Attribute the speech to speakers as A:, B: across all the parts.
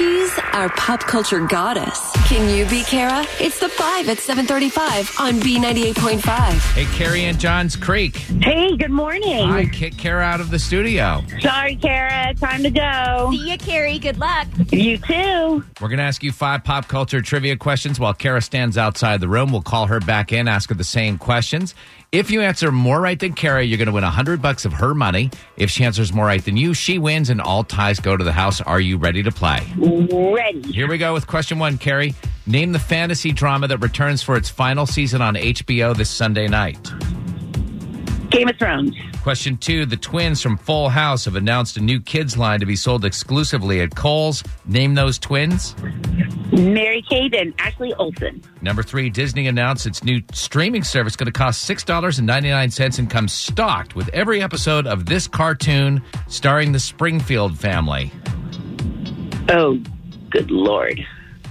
A: is our pop culture goddess. Can you be Kara? It's the five at 735 on B98.5.
B: Hey, Carrie and John's Creek.
C: Hey, good morning.
B: I kick Kara out of the studio.
C: Sorry, Kara. Time to go.
D: See ya, Carrie. Good luck.
C: You too.
B: We're going to ask you five pop culture trivia questions while Kara stands outside the room. We'll call her back in, ask her the same questions. If you answer more right than Kara, you're going to win 100 bucks of her money. If she answers more right than you, she wins and all ties go to the house. Are you ready to play?
C: Ready.
B: Here we go with question one, Carrie. Name the fantasy drama that returns for its final season on HBO this Sunday night.
C: Game of Thrones.
B: Question two The twins from Full House have announced a new kids line to be sold exclusively at Kohl's. Name those twins.
C: Mary Kate and Ashley Olsen.
B: Number three Disney announced its new streaming service going to cost $6.99 and comes stocked with every episode of this cartoon starring the Springfield family.
C: Oh, good lord.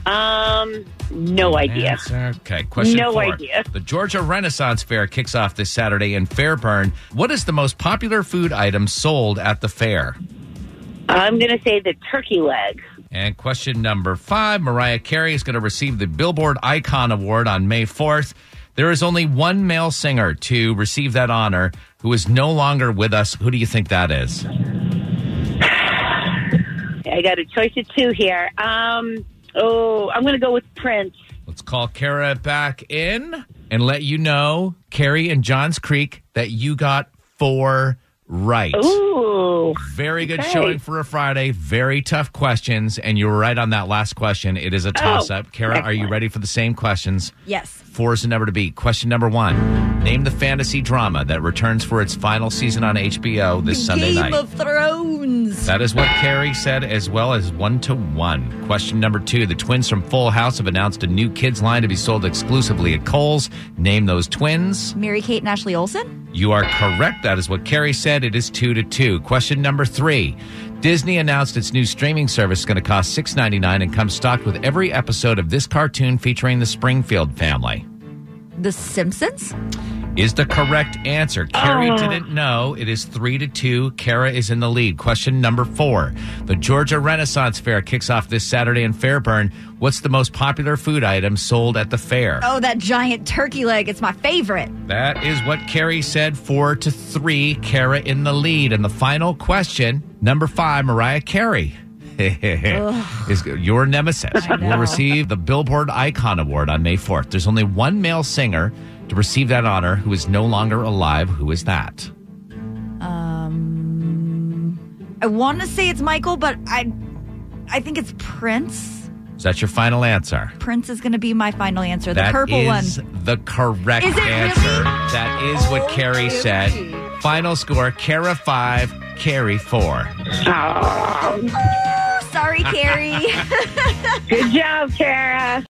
C: Um, no idea.
B: Answer. Okay, question
C: No
B: four.
C: idea.
B: The Georgia Renaissance Fair kicks off this Saturday in Fairburn. What is the most popular food item sold at the fair?
C: I'm going to say the turkey leg.
B: And question number five Mariah Carey is going to receive the Billboard Icon Award on May 4th. There is only one male singer to receive that honor who is no longer with us. Who do you think that is?
C: I got a choice of two here. Um, oh, I'm going to go with Prince.
B: Let's call Kara back in and let you know, Carrie and Johns Creek, that you got four right.
C: Ooh.
B: Very good
C: Okay.
B: showing for a Friday. Very tough questions. And you were right on that last question. It
C: Oh,
B: is a toss up. Kara, are you
C: excellent.
B: ready for the same questions?
D: Yes.
B: Four is the number to beat. Question number one Name the fantasy drama that returns for its final season on HBO this Sunday
D: Game
B: night.
D: of Thrones.
B: that is what Carrie said, as well as one to one. Question number two The twins from Full House have announced a new kids line to be sold exclusively at Kohl's. Name those twins.
D: Mary Kate and Ashley Olsen.
B: You are correct. That is what Carrie said. It is two to two. Question number three. Disney announced its new streaming service is going to cost $6.99 and comes stocked with every episode of this cartoon featuring the Springfield family.
D: The Simpsons.
B: is the correct answer. Carrie
D: Oh.
B: didn't know. It is three to two. Kara is in the lead. Question number four. The Georgia Renaissance Fair kicks off this Saturday in Fairburn. What's the most popular food item sold at the fair?
D: Oh, that giant turkey leg. It's my favorite.
B: That is what Carrie said. Four to three. Kara in the lead. And the final question, number five, Mariah Carey. is your nemesis will
D: know.
B: receive the Billboard Icon Award on May 4th. There's only one male singer to receive that honor who is no longer alive. Who is that?
D: I want to say it's Michael, but I, I think it's Prince.
B: Is that your final answer?
D: Prince is going to be my final answer. The
B: That
D: purple one.
B: is the correct
D: Is it really?
B: answer. That is what
D: Oh,
B: Carrie
D: Carrie.
B: said. Final score: Kara five, Carrie four.
C: Oh,
D: Sorry, Carrie.
C: good job, Kara.